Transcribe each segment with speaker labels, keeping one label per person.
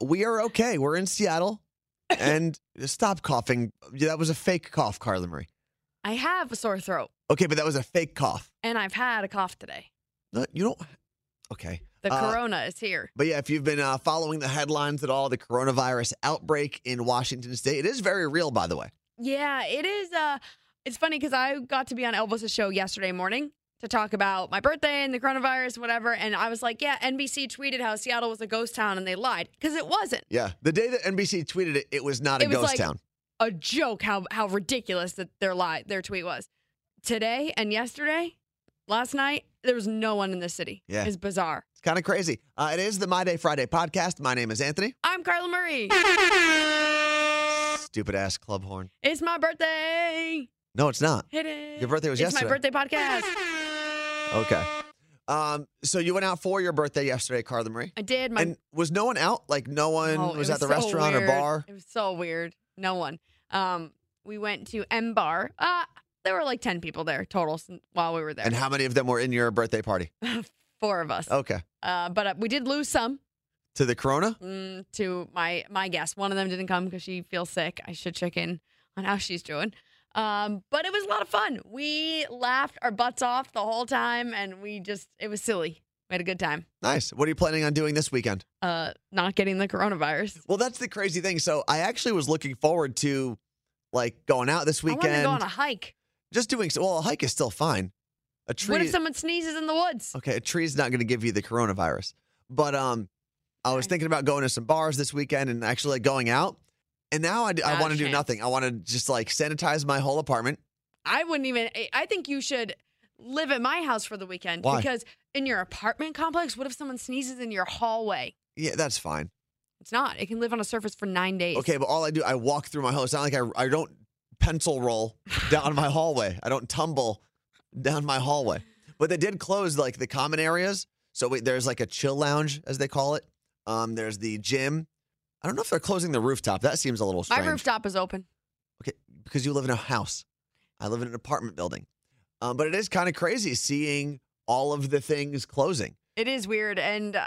Speaker 1: we are okay. We're in Seattle. And stop coughing. Yeah, That was a fake cough, Carla Marie.
Speaker 2: I have a sore throat
Speaker 1: Okay, but that was a fake cough.
Speaker 2: and I've had a cough today.
Speaker 1: No, You don't. Okay.
Speaker 2: The
Speaker 1: Uh,
Speaker 2: corona is here.
Speaker 1: But yeah, if you've been uh, following the headlines at all, the coronavirus outbreak in Washington state, it is very real, by the way.
Speaker 2: Yeah, it is. Uh, it's funny because I got to be on Elvis's show yesterday morning to talk about my birthday and the coronavirus, whatever. And I was like, yeah, NBC tweeted how Seattle was a ghost town and they lied because it wasn't.
Speaker 1: Yeah. The day that NBC tweeted it, it was not a
Speaker 2: It was
Speaker 1: ghost
Speaker 2: like-
Speaker 1: town.
Speaker 2: A joke how how ridiculous that their lie their tweet was. Today and yesterday, last night there was no one in the city.
Speaker 1: Yeah.
Speaker 2: it's bizarre.
Speaker 1: It's kind of crazy. Uh, it is the My Day Friday podcast. My name is Anthony.
Speaker 2: I'm Carla Murray.
Speaker 1: Stupid ass club horn.
Speaker 2: It's my birthday.
Speaker 1: No, it's not.
Speaker 2: Hit it.
Speaker 1: Your birthday was
Speaker 2: it's
Speaker 1: yesterday.
Speaker 2: my birthday podcast.
Speaker 1: Okay. Um, so you went out for your birthday yesterday, Carla Marie.
Speaker 2: I did. My
Speaker 1: and was no one out? Like no one
Speaker 2: Oh, it
Speaker 1: was, at the
Speaker 2: so
Speaker 1: restaurant or
Speaker 2: weird.
Speaker 1: bar?
Speaker 2: It was so weird. No one. Um, we went to M Bar. Uh, there were like ten people there total sin- while we were there.
Speaker 1: And how Oh. many of them were in your birthday party?
Speaker 2: Four of us.
Speaker 1: Okay.
Speaker 2: Uh, but uh, we did lose some
Speaker 1: To the corona?
Speaker 2: mm, to my my guest. One of them didn't come because she feels sick. I should check in on how she's doing. Um, but it was a lot of fun. We laughed our butts off the whole time, and we just it was silly. We had a good time.
Speaker 1: Nice. What are you planning on doing this weekend?
Speaker 2: Uh, not getting the coronavirus.
Speaker 1: Well, that's the crazy thing. So I actually was looking forward to like going out this
Speaker 2: I wanted
Speaker 1: weekend.
Speaker 2: to go on a hike.
Speaker 1: Just doing so well, a hike is still fine. A tree
Speaker 2: What if someone sneezes in the woods?
Speaker 1: Okay, a tree's not gonna give you the coronavirus. But um I was
Speaker 2: Okay.
Speaker 1: thinking about going to some bars this weekend and actually like going out. And now I,
Speaker 2: Not a
Speaker 1: want to do
Speaker 2: chance.
Speaker 1: nothing. I want to just like sanitize my whole apartment.
Speaker 2: I wouldn't even. I- I think you should live at my house for the weekend
Speaker 1: Why?
Speaker 2: because in your apartment complex, what if someone sneezes in your hallway?
Speaker 1: Yeah, that's fine.
Speaker 2: It's not. It can live on a surface for nine days.
Speaker 1: Okay, but all I do, I walk through my hall. It's not like I, I don't pencil roll down my hallway. I don't tumble down my hallway. But they did close like the common areas. So we, there's like a chill lounge, as they call it. Um, there's the gym. I don't know if they're closing the rooftop. That seems a little
Speaker 2: My
Speaker 1: strange.
Speaker 2: rooftop is open.
Speaker 1: Okay, because you live in a house. I live in an apartment building. Um, but it is kind of crazy seeing all of the things closing.
Speaker 2: It is weird. And uh,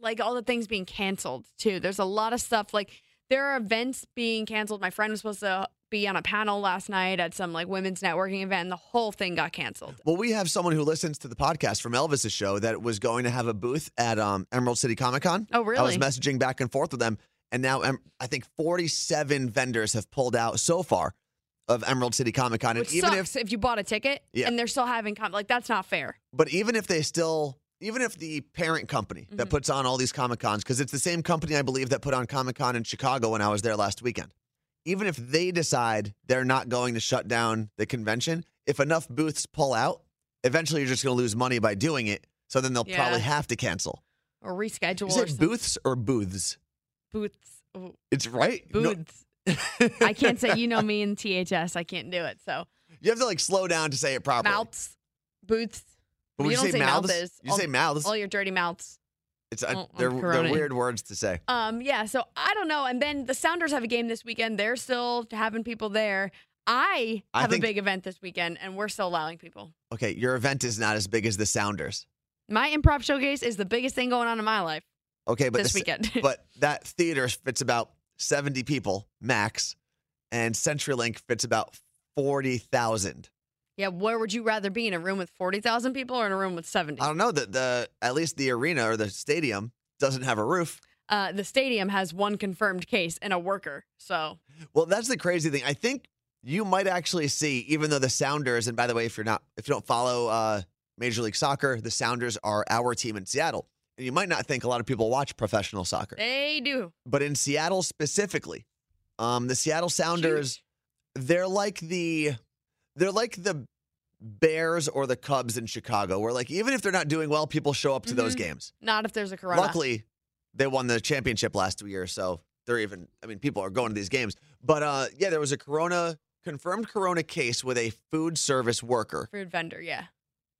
Speaker 2: like all the things being canceled too. There's a lot of stuff. Like there are events being canceled. My friend was supposed to be on a panel last night at some like women's networking event, and the whole thing got canceled.
Speaker 1: Well, we have someone who listens to the podcast from Elvis's show that was going to have a booth at um, Emerald City Comic Con.
Speaker 2: Oh,
Speaker 1: I was
Speaker 2: really?
Speaker 1: messaging back and forth with them, and now em- I think 47 vendors have pulled out so far of Emerald City Comic Con. And
Speaker 2: Which
Speaker 1: even if,
Speaker 2: sucks if, you bought a ticket
Speaker 1: Yeah.
Speaker 2: and they're still having com- like that's not fair.
Speaker 1: but even if they still, even if the parent company
Speaker 2: Mm-hmm.
Speaker 1: that puts on all these Comic Cons, because it's the same company I believe that put on Comic Con in Chicago when I was there last weekend, even if they decide they're not going to shut down the convention, if enough booths pull out, eventually you're just going to lose money by doing it. So then they'll
Speaker 2: Yeah.
Speaker 1: probably have to cancel.
Speaker 2: Or reschedule.
Speaker 1: Is
Speaker 2: or
Speaker 1: it
Speaker 2: some-
Speaker 1: booths or booths?
Speaker 2: booths? Ooh.
Speaker 1: It's right. No-
Speaker 2: Booths. I can't say you know me and THS. I can't do it. So
Speaker 1: You have to like slow down to say it properly.
Speaker 2: mouths, booths.
Speaker 1: But when
Speaker 2: you
Speaker 1: you,
Speaker 2: don't
Speaker 1: say
Speaker 2: say
Speaker 1: mouths,
Speaker 2: mouths,
Speaker 1: you
Speaker 2: all-
Speaker 1: say mouths.
Speaker 2: All your dirty mouths.
Speaker 1: It's uh,
Speaker 2: oh, I'm
Speaker 1: they're, they're
Speaker 2: corona.
Speaker 1: weird words to say.
Speaker 2: Um, yeah. So I don't know. And then the Sounders have a game this weekend. They're still having people there. I
Speaker 1: I
Speaker 2: have
Speaker 1: think-
Speaker 2: a big event this weekend, and we're still allowing people.
Speaker 1: Okay, your event is not as big as the Sounders.
Speaker 2: My improv showcase is the biggest thing going on in my life
Speaker 1: Okay, but
Speaker 2: this
Speaker 1: the-
Speaker 2: weekend.
Speaker 1: but that theater fits about seventy people max, and CenturyLink fits about forty thousand.
Speaker 2: yeah. Where would you rather be in a room with forty thousand people or in a room with seventy?
Speaker 1: I don't know that the at least the arena or the stadium doesn't have a roof.
Speaker 2: Uh, the stadium has one confirmed case and a worker. So
Speaker 1: Well, that's the crazy thing. I think you might actually see, even though the Sounders, and by the way, if you're not, if you don't follow uh, Major League Soccer, the Sounders are our team in Seattle. And you might not think a lot of people watch professional soccer,
Speaker 2: they do.
Speaker 1: but in Seattle specifically, um, the Seattle Sounders, they're like the, they're like the Bears or the Cubs in Chicago, where like even if they're not doing well, people show up to those
Speaker 2: Mhm.
Speaker 1: games.
Speaker 2: Not if there's a corona.
Speaker 1: Luckily, they won the championship last year, so they're even. I mean, people are going to these games. But uh, yeah, there was a corona confirmed corona case with a food service worker,
Speaker 2: Food vendor, yeah.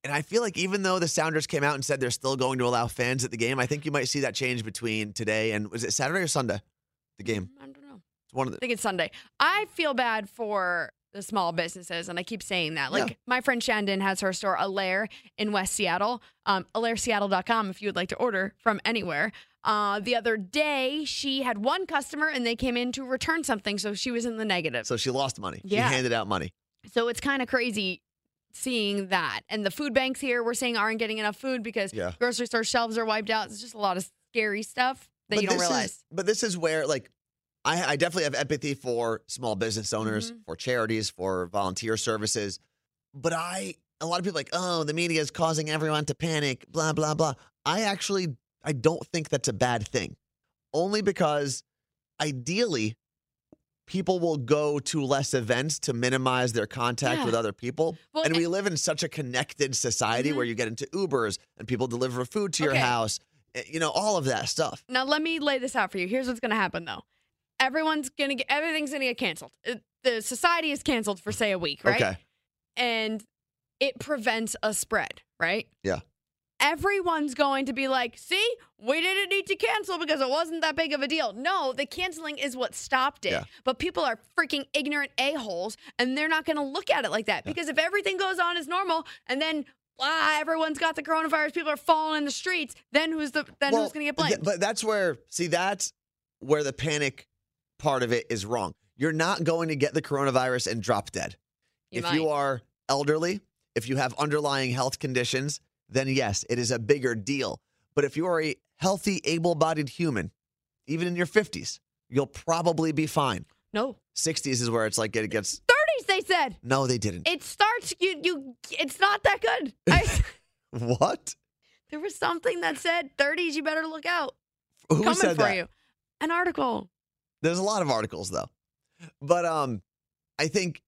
Speaker 1: and I feel like even though the Sounders came out and said they're still going to allow fans at the game, I think you might see that change between today and was it Saturday or Sunday? The game.
Speaker 2: I don't know.
Speaker 1: It's one of the.
Speaker 2: I think it's Sunday. I feel bad for the small businesses, and I keep saying that. Like
Speaker 1: Yeah.
Speaker 2: my friend Shandon has her store Alaire in West Seattle, um, alaireseattle.com if you would like to order from anywhere. Uh, the other day, she had one customer and they came in to return something, so she was in the negative. So,
Speaker 1: So she lost money.
Speaker 2: Yeah.
Speaker 1: She handed out money.
Speaker 2: it's kind of crazy seeing that. And the food banks here, we're saying aren't getting enough food because
Speaker 1: Yeah.
Speaker 2: grocery store shelves are wiped out. It's just a lot of scary stuff that
Speaker 1: But
Speaker 2: you don't
Speaker 1: this is-
Speaker 2: realize.
Speaker 1: but this is where, like, I, I definitely have empathy for small business owners,
Speaker 2: Mm-hmm.
Speaker 1: for charities, for volunteer services. But I, a lot of people are like, oh, the media is causing everyone to panic, blah, blah, blah. I actually, I don't think that's a bad thing. Only because ideally, people will go to less events to minimize their contact
Speaker 2: Yeah.
Speaker 1: with other people.
Speaker 2: Well, Mm-hmm.
Speaker 1: and we live in such a connected society where you get into Ubers and people deliver food to your
Speaker 2: Okay.
Speaker 1: house, eh, you know, all of that stuff.
Speaker 2: Now let me lay this out for you. Here's what's going to happen though. Everyone's going to get everything's going to get canceled. It- the society is canceled for say a week, right?
Speaker 1: Okay.
Speaker 2: And it prevents a spread, right?
Speaker 1: Yeah.
Speaker 2: Everyone's going to be like, "See, we didn't need to cancel because it wasn't that big of a deal." No, the canceling is what stopped it.
Speaker 1: Yeah.
Speaker 2: But people are freaking ignorant a-holes and they're not going to look at it like that because if everything goes on as normal and then ah, everyone's got the coronavirus, people are falling in the streets, then who's the then
Speaker 1: Well,
Speaker 2: who's going to get
Speaker 1: th-
Speaker 2: blamed?
Speaker 1: but that's where, see, that's where the panic part of it is wrong. You're not going to get the coronavirus and drop dead.
Speaker 2: You
Speaker 1: if
Speaker 2: might.
Speaker 1: you are elderly, if you have underlying health conditions, then yes, it is a bigger deal. But if you are a healthy, able bodied human, even in your 50s, you'll probably be fine.
Speaker 2: No.
Speaker 1: 60s is where it's like it gets.
Speaker 2: 30s, they said.
Speaker 1: No, they didn't.
Speaker 2: It starts, you, you, it's not that good. I,
Speaker 1: What?
Speaker 2: there was something that said 30s, you better look out.
Speaker 1: Who
Speaker 2: Coming
Speaker 1: said
Speaker 2: for
Speaker 1: that?
Speaker 2: you. An article.
Speaker 1: There's a lot of articles though. But um I think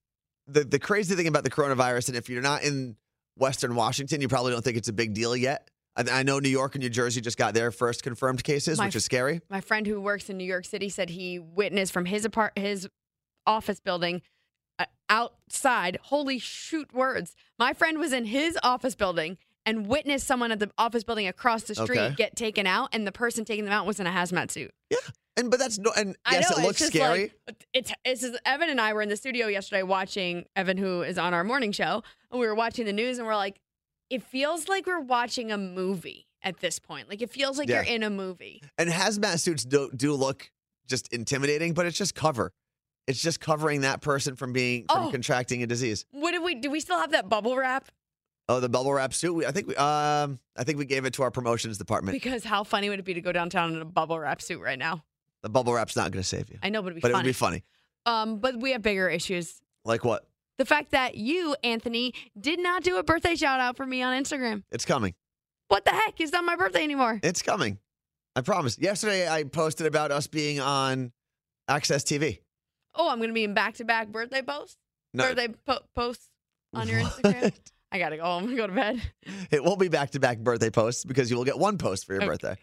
Speaker 1: the the crazy thing about the coronavirus and if you're not in Western Washington, you probably don't think it's a big deal yet. I, I know New York and New Jersey just got their first confirmed cases,
Speaker 2: My
Speaker 1: which is scary.
Speaker 2: My friend who works in New York City said he witnessed from his apart, his office building uh, outside. Holy shoot words. My friend was in his office building and witnessed someone at the office building across the street
Speaker 1: Okay.
Speaker 2: get taken out, and the person taking them out was in a hazmat suit.
Speaker 1: And but that's no and
Speaker 2: I
Speaker 1: yes,
Speaker 2: know,
Speaker 1: it looks
Speaker 2: it's just
Speaker 1: scary.
Speaker 2: Like, it's it's just, Evan and I were in the studio yesterday watching Evan, who is on our morning show, and we were watching the news, and we're like, it feels like we're watching a movie at this point. Like it feels like
Speaker 1: Yeah.
Speaker 2: you're in a movie.
Speaker 1: and hazmat suits do do look just intimidating, but it's just cover. It's just covering that person from being from
Speaker 2: Oh.
Speaker 1: contracting a disease.
Speaker 2: What do we do? We still have that bubble wrap
Speaker 1: Oh, the bubble wrap suit. We, I think we um I think we gave it to our promotions department.
Speaker 2: because how funny would it be to go downtown in a bubble wrap suit right now?
Speaker 1: the bubble wrap's not going to save you.
Speaker 2: I know, but it'd be
Speaker 1: but it
Speaker 2: funny.
Speaker 1: would be funny.
Speaker 2: um, but we have bigger issues.
Speaker 1: Like what?
Speaker 2: The fact that you, Anthony, did not do a birthday shout out for me on Instagram.
Speaker 1: It's coming.
Speaker 2: What the heck? It's not my birthday anymore.
Speaker 1: It's coming. I promise. Yesterday, I posted about us being on Access TV.
Speaker 2: Oh, I'm gonna be in back to back birthday posts. birthday po- posts on your
Speaker 1: What?
Speaker 2: Instagram. I gotta go. I'm gonna go to bed.
Speaker 1: It won't be back to back birthday posts because you will get one post for your
Speaker 2: Okay.
Speaker 1: birthday.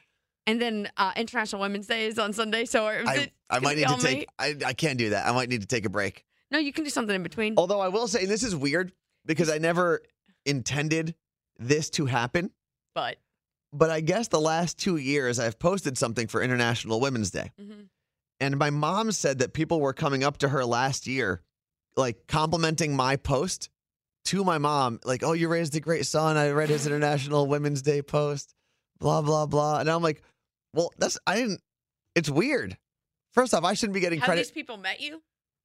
Speaker 2: And then uh, International Women's Day is on Sunday, so or-
Speaker 1: I,
Speaker 2: it's
Speaker 1: I
Speaker 2: gonna
Speaker 1: might
Speaker 2: be
Speaker 1: need to
Speaker 2: all me.
Speaker 1: take, I, I can't do that. I might need to take a break.
Speaker 2: No, you can do something in between.
Speaker 1: Although I will say, and this is weird because I never intended this to happen,
Speaker 2: But
Speaker 1: but I guess the last two years I've posted something for International Women's Day.
Speaker 2: mhm.
Speaker 1: And my mom said that people were coming up to her last year, like complimenting my post to my mom, like, oh, you raised a great son. I read his International Women's Day post, blah, blah, blah. And I'm like, well, that's, I didn't, it's weird. First off, I shouldn't be getting
Speaker 2: have
Speaker 1: credit.
Speaker 2: these people met you?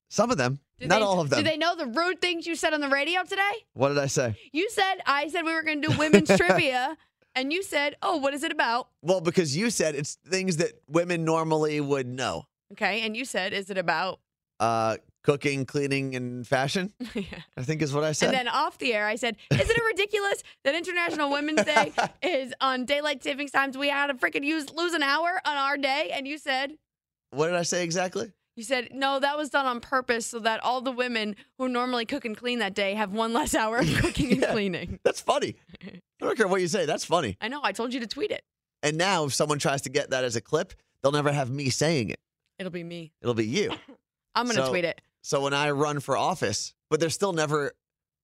Speaker 1: Some of them,
Speaker 2: Do
Speaker 1: not
Speaker 2: they-
Speaker 1: all of them.
Speaker 2: Do they know the rude things you said on the radio today?
Speaker 1: what did I say?
Speaker 2: You said I said we were gonna do women's trivia, and you said, "Oh, what is it about?"
Speaker 1: Well, because you said it's things that women normally would know
Speaker 2: Okay, and you said, "Is it about?"
Speaker 1: uh, cooking, cleaning, and fashion,
Speaker 2: Yeah.
Speaker 1: I think is what I said.
Speaker 2: And then off the air, I said, "Isn't it ridiculous that International Women's Day is on daylight savings times? We had to freaking use lose an hour on our day." And you said,
Speaker 1: what did I say exactly?
Speaker 2: "You said no, that was done on purpose so that all the women who normally cook and clean that day have one less hour of cooking and
Speaker 1: Yeah.
Speaker 2: cleaning."
Speaker 1: That's funny. I don't care what you say. That's funny.
Speaker 2: I know. I told you to tweet it.
Speaker 1: And now, if someone tries to get that as a clip, they'll never have me saying it.
Speaker 2: It'll be me.
Speaker 1: It'll be you.
Speaker 2: I'm gonna
Speaker 1: So,
Speaker 2: tweet it.
Speaker 1: So when I run for office, but there's still never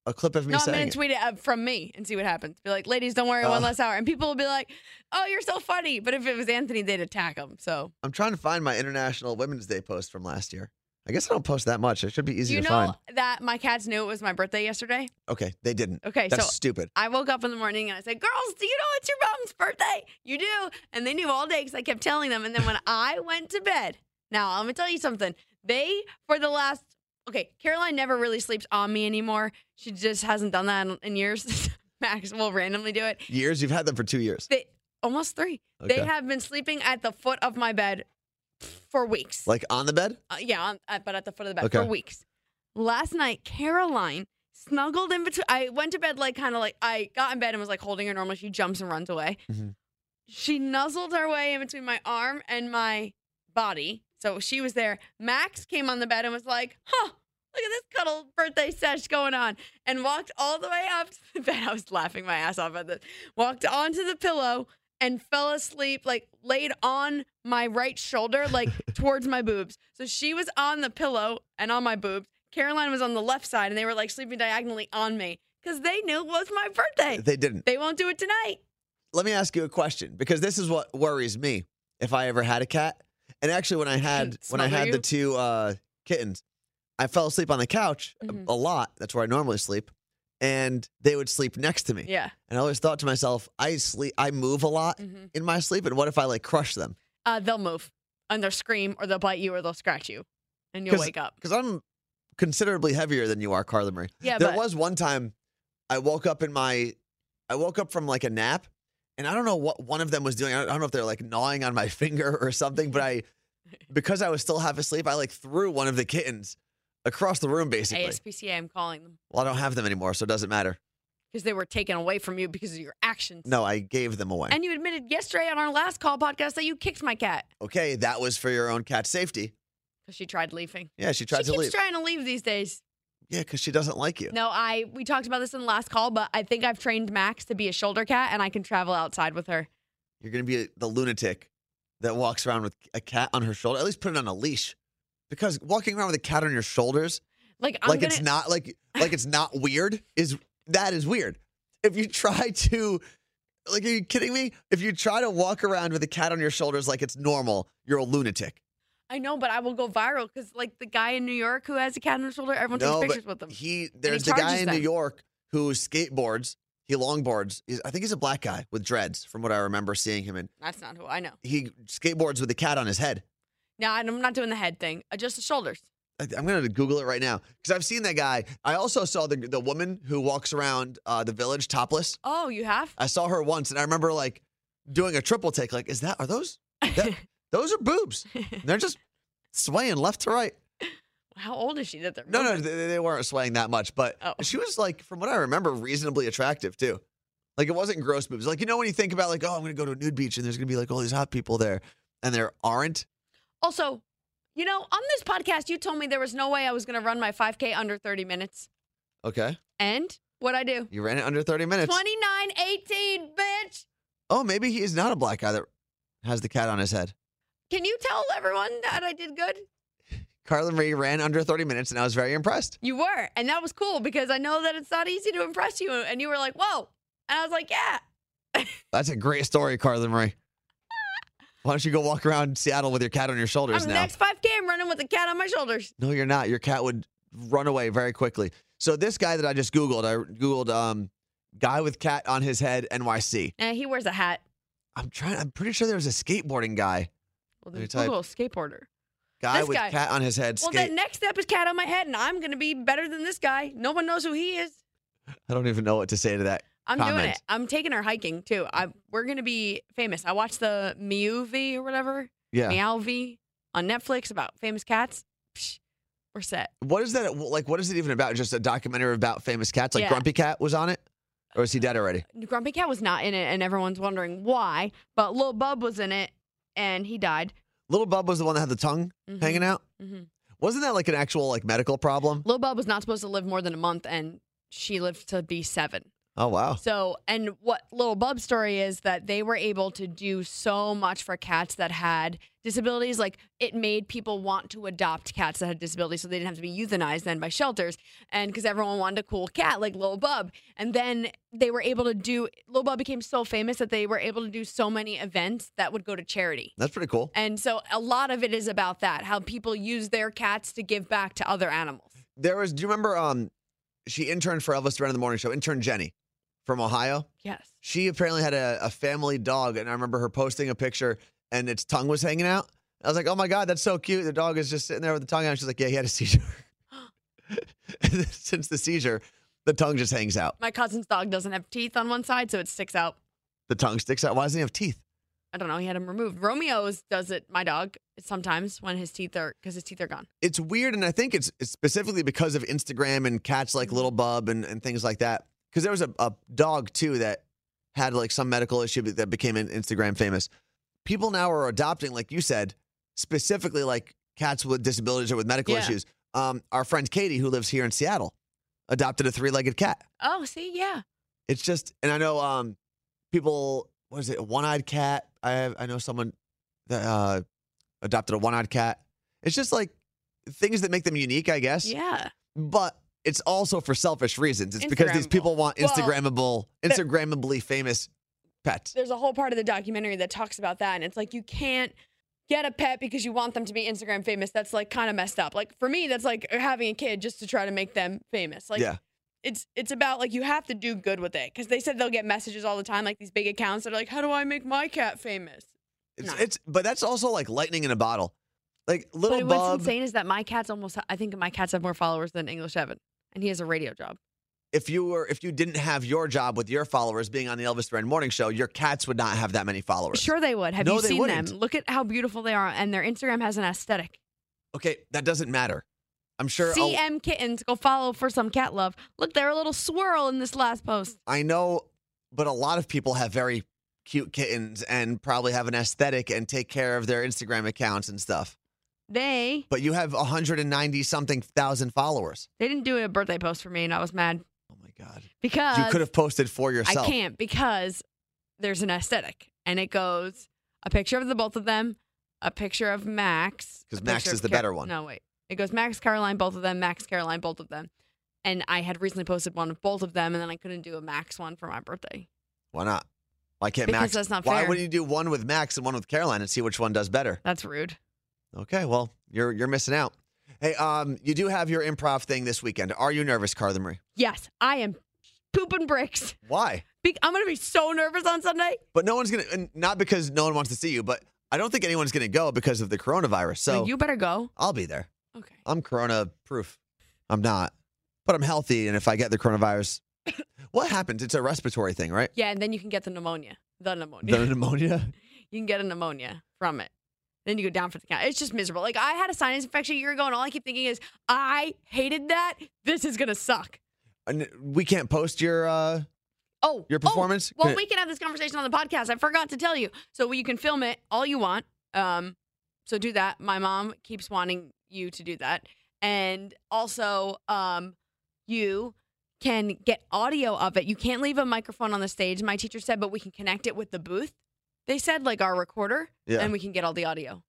Speaker 1: a clip of me
Speaker 2: No, I'm
Speaker 1: saying
Speaker 2: gonna
Speaker 1: it.
Speaker 2: tweet it uh, from me and see what happens. Be like, ladies, don't worry, one
Speaker 1: Oh.
Speaker 2: less hour, and people will be like, "Oh, you're so funny." But if it was Anthony, they'd attack him. So
Speaker 1: I'm trying to find my International Women's Day post from last year. I guess I don't post that much. It should be
Speaker 2: Do
Speaker 1: easy
Speaker 2: you
Speaker 1: to
Speaker 2: know
Speaker 1: find.
Speaker 2: that my cats knew it was my birthday yesterday?
Speaker 1: Okay, they didn't.
Speaker 2: Okay,
Speaker 1: That's
Speaker 2: so
Speaker 1: stupid.
Speaker 2: I woke up in the morning and I said, Girls, do you know it's your mom's birthday? You do. And they knew all day because I kept telling them. And then when I went to bed, now I'm going to tell you something. They, for the last, okay, Caroline never really sleeps on me anymore. She just hasn't done that in, in years. Max will randomly do it.
Speaker 1: Years you've had them for two years.
Speaker 2: They, almost three.
Speaker 1: Okay.
Speaker 2: They have been sleeping at the foot of my bed for weeks
Speaker 1: like on the bed.
Speaker 2: uh, yeah, on, uh, but at the foot of the bed for
Speaker 1: Okay.
Speaker 2: weeks. Last night, Caroline snuggled in between. I went to bed like kind of like I got in bed and was like holding her normally. She jumps and runs away.
Speaker 1: Mhm.
Speaker 2: She nuzzled her way in between my arm and my body, so she was there. Max came on the bed and was like, "Huh." Look at this cuddle birthday sesh going on, and walked all the way up to the bed. I was laughing my ass off at this. Walked onto the pillow and fell asleep, like laid on my right shoulder, like towards my boobs. So she was on the pillow and on my boobs. Caroline was on the left side, and they were like sleeping diagonally on me because they knew it was my birthday.
Speaker 1: They didn't.
Speaker 2: They won't do it tonight.
Speaker 1: Let me ask you a question because this is what worries me if I ever had a cat. And actually, when I had when I
Speaker 2: Smother
Speaker 1: had
Speaker 2: you?
Speaker 1: the two uh, kittens, I fell asleep on the couch a-
Speaker 2: Mhm.
Speaker 1: a lot. That's where I normally sleep, and they would sleep next to me.
Speaker 2: Yeah.
Speaker 1: And I always thought to myself, I sleep, I move a lot
Speaker 2: Mhm.
Speaker 1: in my sleep, and what if I like crush them?
Speaker 2: Uh, they'll move and they'll scream or they'll bite you or they'll scratch you and you'll
Speaker 1: 'Cause-
Speaker 2: wake up.
Speaker 1: Because I'm considerably heavier than you are, Carla Marie.
Speaker 2: Yeah,
Speaker 1: there
Speaker 2: but
Speaker 1: was one time I woke up in my, I woke up from like a nap, and I don't know what one of them was doing. I don't, I don't know if they're like gnawing on my finger or something, but I, because I was still half asleep, I like threw one of the kittens across the room basically.
Speaker 2: ASPCA, I'm calling them
Speaker 1: Well, I don't have them anymore, so it doesn't matter.
Speaker 2: because they were taken away from you because of your actions.
Speaker 1: No, I gave them away.
Speaker 2: And you admitted yesterday on our last call podcast that you kicked my cat
Speaker 1: okay, that was for your own cat's safety.
Speaker 2: because she tried leaving.
Speaker 1: Yeah, she tried
Speaker 2: she
Speaker 1: to
Speaker 2: keeps
Speaker 1: leave.
Speaker 2: trying to leave these days.
Speaker 1: yeah, because she doesn't like you.
Speaker 2: No, I we talked about this in the last call, but I think I've trained Max to be a shoulder cat and I can travel outside with her.
Speaker 1: You're gonna be the lunatic that walks around with a cat on her shoulder. At least put it on a leash, because walking around with a cat on your shoulders,
Speaker 2: Like I'm
Speaker 1: like
Speaker 2: gonna
Speaker 1: it's not like like it's not weird, is that is weird. If you try to, like, are you kidding me? If you try to walk around with a cat on your shoulders like it's normal, you're a lunatic.
Speaker 2: I know, but I will go viral because like the guy in New York who has a cat on his shoulder, everyone
Speaker 1: No, but
Speaker 2: takes pictures with him.
Speaker 1: He there's the guy
Speaker 2: charges
Speaker 1: in New
Speaker 2: them.
Speaker 1: York who skateboards. He longboards. He's, I think he's a black guy with dreads, from what I remember seeing him in.
Speaker 2: That's not who I know.
Speaker 1: He skateboards with a cat on his head.
Speaker 2: No, I'm not doing the head thing. Uh, just the shoulders.
Speaker 1: I- I'm gonna Google it right now because I've seen that guy. I also saw the the woman who walks around uh, the village topless.
Speaker 2: Oh, you have?
Speaker 1: I saw her once, and I remember like doing a triple take. Like, is that are those? that- those are boobs. They're just swaying left to right.
Speaker 2: How old is she? That they're
Speaker 1: No, no,
Speaker 2: moving?
Speaker 1: they, they weren't swaying that much, but
Speaker 2: Oh.
Speaker 1: she was like, from what I remember, reasonably attractive too. Like it wasn't gross boobs. Like you know when you think about like, oh, I'm gonna go to a nude beach and there's gonna be like all these hot people there, and there aren't.
Speaker 2: Also, you know, on this podcast, you told me there was no way I was going to run my 5K under 30 minutes,
Speaker 1: Okay,
Speaker 2: and what I do?
Speaker 1: you ran it under 30 minutes.
Speaker 2: 29:18, bitch.
Speaker 1: Oh, maybe he is not a black guy that has the cat on his head.
Speaker 2: Can you tell everyone that I did good?
Speaker 1: Carla Marie ran under 30 minutes, and I was very impressed.
Speaker 2: You were, and that was cool because I know that it's not easy to impress you. And you were like, "Whoa!" And I was like, "Yeah."
Speaker 1: That's a great story, Carla Marie. Why don't you go walk around Seattle with your cat on your shoulders
Speaker 2: I'm the
Speaker 1: now?
Speaker 2: next 5K. I'm running with a cat on my shoulders.
Speaker 1: No, you're not. Your cat would run away very quickly. So this guy that I just googled, I googled um, guy with cat on his head, NYC.
Speaker 2: And he wears a hat.
Speaker 1: I'm trying. I'm pretty sure there was a skateboarding guy.
Speaker 2: Well,
Speaker 1: Let me
Speaker 2: then
Speaker 1: type-
Speaker 2: Google skateboarder.
Speaker 1: Guy
Speaker 2: This
Speaker 1: with
Speaker 2: guy.
Speaker 1: cat on his head.
Speaker 2: Well,
Speaker 1: skate.
Speaker 2: then next step is cat on my head, and I'm gonna be better than this guy. No one knows who he is.
Speaker 1: I don't even know what to say to that.
Speaker 2: I'm doing
Speaker 1: Comment.
Speaker 2: it. I'm taking her hiking too. I we're gonna be famous. I watched the Meowvie or whatever
Speaker 1: Yeah.
Speaker 2: Meowvie on Netflix about famous cats. Psh, we're set.
Speaker 1: What is that? Like, what is it even about? Just a documentary about famous cats? Like
Speaker 2: Yeah.
Speaker 1: Grumpy Cat was on it, or is he dead already?
Speaker 2: Grumpy Cat was not in it, and everyone's wondering why. But Lil Bub was in it, and he died.
Speaker 1: Little Bub was the one that had the tongue
Speaker 2: Mhm,
Speaker 1: hanging out.
Speaker 2: mhm.
Speaker 1: Wasn't that like an actual like medical problem?
Speaker 2: Lil Bub was not supposed to live more than a month, and she lived to be seven.
Speaker 1: Oh wow.
Speaker 2: So, and what Little Bub's story is that they were able to do so much for cats that had disabilities. Like it made people want to adopt cats that had disabilities so they didn't have to be euthanized then by shelters. And because everyone wanted a cool cat like Little Bub. And then they were able to do, Little Bub became so famous that they were able to do so many events that would go to charity.
Speaker 1: That's pretty cool.
Speaker 2: And so a lot of it is about that, how people use their cats to give back to other animals.
Speaker 1: There was do you remember um she interned for Elvis Duran in the morning show, intern Jenny from Ohio.
Speaker 2: Yes.
Speaker 1: She apparently had a, a family dog, and I remember her posting a picture and its tongue was hanging out. I was like, Oh my god, that's so cute. The dog is just sitting there with the tongue out. She's like, Yeah, he had a seizure. and then since the seizure, the tongue just hangs out.
Speaker 2: My cousin's dog doesn't have teeth on one side, so it sticks out.
Speaker 1: The tongue sticks out. Why doesn't he have teeth?
Speaker 2: I don't know. He had him removed. Romeo's does it. My dog sometimes when his teeth are because his teeth are gone.
Speaker 1: it's weird, and I think it's, it's specifically because of Instagram and cats like Little Bub and, and things like that. Because there was a, a dog too that had like some medical issue but that became in- Instagram famous. People now are adopting, like you said, specifically like cats with disabilities or with medical
Speaker 2: Yeah.
Speaker 1: issues. Um, our friend Katie, who lives here in Seattle, adopted a three-legged cat.
Speaker 2: Oh, see, yeah,
Speaker 1: It's just, and I know um, people. What is it? A one-eyed cat. I have, I know someone that uh, adopted a one-eyed cat. It's just like things that make them unique, I guess.
Speaker 2: yeah.
Speaker 1: But it's also for selfish reasons. It's because these
Speaker 2: Instagrammable.
Speaker 1: people want
Speaker 2: Well,
Speaker 1: Instagrammable,
Speaker 2: they're-
Speaker 1: Instagrammably famous pets.
Speaker 2: There's a whole part of the documentary that talks about that, and it's like you can't get a pet because you want them to be Instagram famous. That's like kind of messed up. Like for me, that's like having a kid just to try to make them famous. Like
Speaker 1: yeah.
Speaker 2: it's it's about like you have to do good with it because they said they'll get messages all the time, like these big accounts that are like, "How do I make my cat famous?"
Speaker 1: It's,
Speaker 2: no.
Speaker 1: it's but that's also like lightning in a bottle. Like little
Speaker 2: but what's
Speaker 1: Bub,
Speaker 2: insane is that my cat's almost, I think my cats have more followers than English Evan, and he has a radio job.
Speaker 1: if you were if you didn't have your job with your followers being on the Elvis Duran morning show, your cats would not have that many followers.
Speaker 2: Sure, they would. Have
Speaker 1: No,
Speaker 2: you
Speaker 1: they
Speaker 2: seen them?
Speaker 1: wouldn't.
Speaker 2: Look at how beautiful they are, and their Instagram has an aesthetic.
Speaker 1: Okay, that doesn't matter. I'm sure oh, a-
Speaker 2: CM kittens, go follow for some cat love. Look, they're a little swirl in this last post.
Speaker 1: I know, but a lot of people have very cute kittens and probably have an aesthetic and take care of their Instagram accounts and stuff.
Speaker 2: They
Speaker 1: But you have 190 something thousand followers.
Speaker 2: they didn't do a birthday post for me, and I was mad
Speaker 1: Oh my god.
Speaker 2: because
Speaker 1: you could have posted for
Speaker 2: Uh, I
Speaker 1: yourself.
Speaker 2: can't because there's an aesthetic, and it goes a picture of the both of them, a picture of Max
Speaker 1: 'Cause
Speaker 2: a
Speaker 1: Max
Speaker 2: picture
Speaker 1: is
Speaker 2: of
Speaker 1: the
Speaker 2: Car-
Speaker 1: better one.
Speaker 2: No, wait, it goes Max Caroline, both of them, Max Caroline, both of them, and I had recently posted one of both of them, and then I couldn't do a Max one for my birthday.
Speaker 1: Why not? Why can't
Speaker 2: Because
Speaker 1: Max?
Speaker 2: that's not
Speaker 1: Why
Speaker 2: fair.
Speaker 1: wouldn't you do one with Max and one with Caroline and see which one does better?
Speaker 2: That's rude.
Speaker 1: Okay, well, you're you're missing out. Hey, um, you do have your improv thing this weekend. Are you nervous, Carla Marie?
Speaker 2: Yes, I am pooping bricks.
Speaker 1: Why?
Speaker 2: Be- I'm gonna be so nervous on Sunday.
Speaker 1: But no one's gonna, and not because no one wants to see you, but I don't think anyone's gonna go because of the coronavirus. So
Speaker 2: you better go.
Speaker 1: I'll be there.
Speaker 2: Okay.
Speaker 1: I'm corona proof. I'm not, but I'm healthy. And if I get the coronavirus, what happens? It's a respiratory thing, right?
Speaker 2: Yeah, and then you can get the pneumonia. The pneumonia.
Speaker 1: The pneumonia.
Speaker 2: you can get a pneumonia from it. Then you go down for the count. It's just miserable. Like I had a sinus infection a year ago, and all I keep thinking is, I hated that. This is gonna suck.
Speaker 1: And we can't post your uh,
Speaker 2: Oh,
Speaker 1: your
Speaker 2: oh,
Speaker 1: performance.
Speaker 2: well,
Speaker 1: Can-
Speaker 2: we can have this conversation on the podcast. I forgot to tell you. So you can film it all you want. Um, so do that. My mom keeps wanting you to do that. And also, um, you can get audio of it. You can't leave a microphone on the stage, my teacher said, but we can connect it with the booth. They said, like our recorder,
Speaker 1: Yeah.
Speaker 2: and we can get all the audio.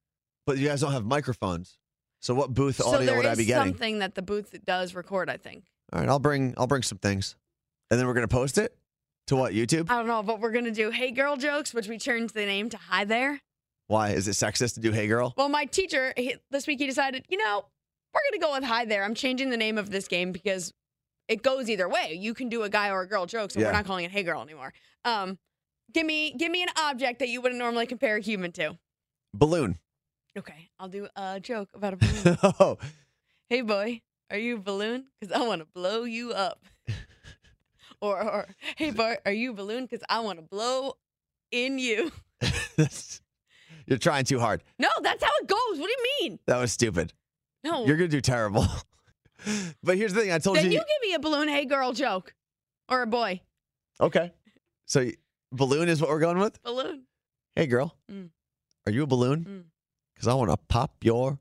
Speaker 1: But you guys don't have microphones. So what booth
Speaker 2: so
Speaker 1: audio
Speaker 2: there
Speaker 1: would I
Speaker 2: is
Speaker 1: be getting?
Speaker 2: something that the booth does record, I think.
Speaker 1: All right, I'll bring I'll bring some things. And then we're gonna post it to what YouTube?
Speaker 2: I don't know, but we're going to do Hey Girl jokes, which we changed the name to Hi There.
Speaker 1: Why is it sexist to do Hey Girl?
Speaker 2: Well, my teacher he, this week he decided, you know, we're gonna go with hi there. I'm changing the name of this game because it goes either way. You can do a guy or a girl joke, so
Speaker 1: Yeah.
Speaker 2: we're not calling it hey girl anymore. Um, give me give me an object that you wouldn't normally compare a human to.
Speaker 1: Balloon.
Speaker 2: Okay, I'll do a joke about a balloon.
Speaker 1: oh,
Speaker 2: hey boy, are you a balloon? Because I want to blow you up. or, or hey boy, are you a balloon? Because I want to blow in you.
Speaker 1: that's- you're trying too hard.
Speaker 2: No, that's how it goes. What do you mean?
Speaker 1: That was stupid.
Speaker 2: No.
Speaker 1: You're gonna do terrible. but here's the thing. I told
Speaker 2: Then you give me a balloon hey girl joke or a boy
Speaker 1: Okay. So y- balloon is what we're going with.
Speaker 2: balloon.
Speaker 1: Hey girl,
Speaker 2: Mm.
Speaker 1: are you a
Speaker 2: Mm.
Speaker 1: balloon? Because I want to pop your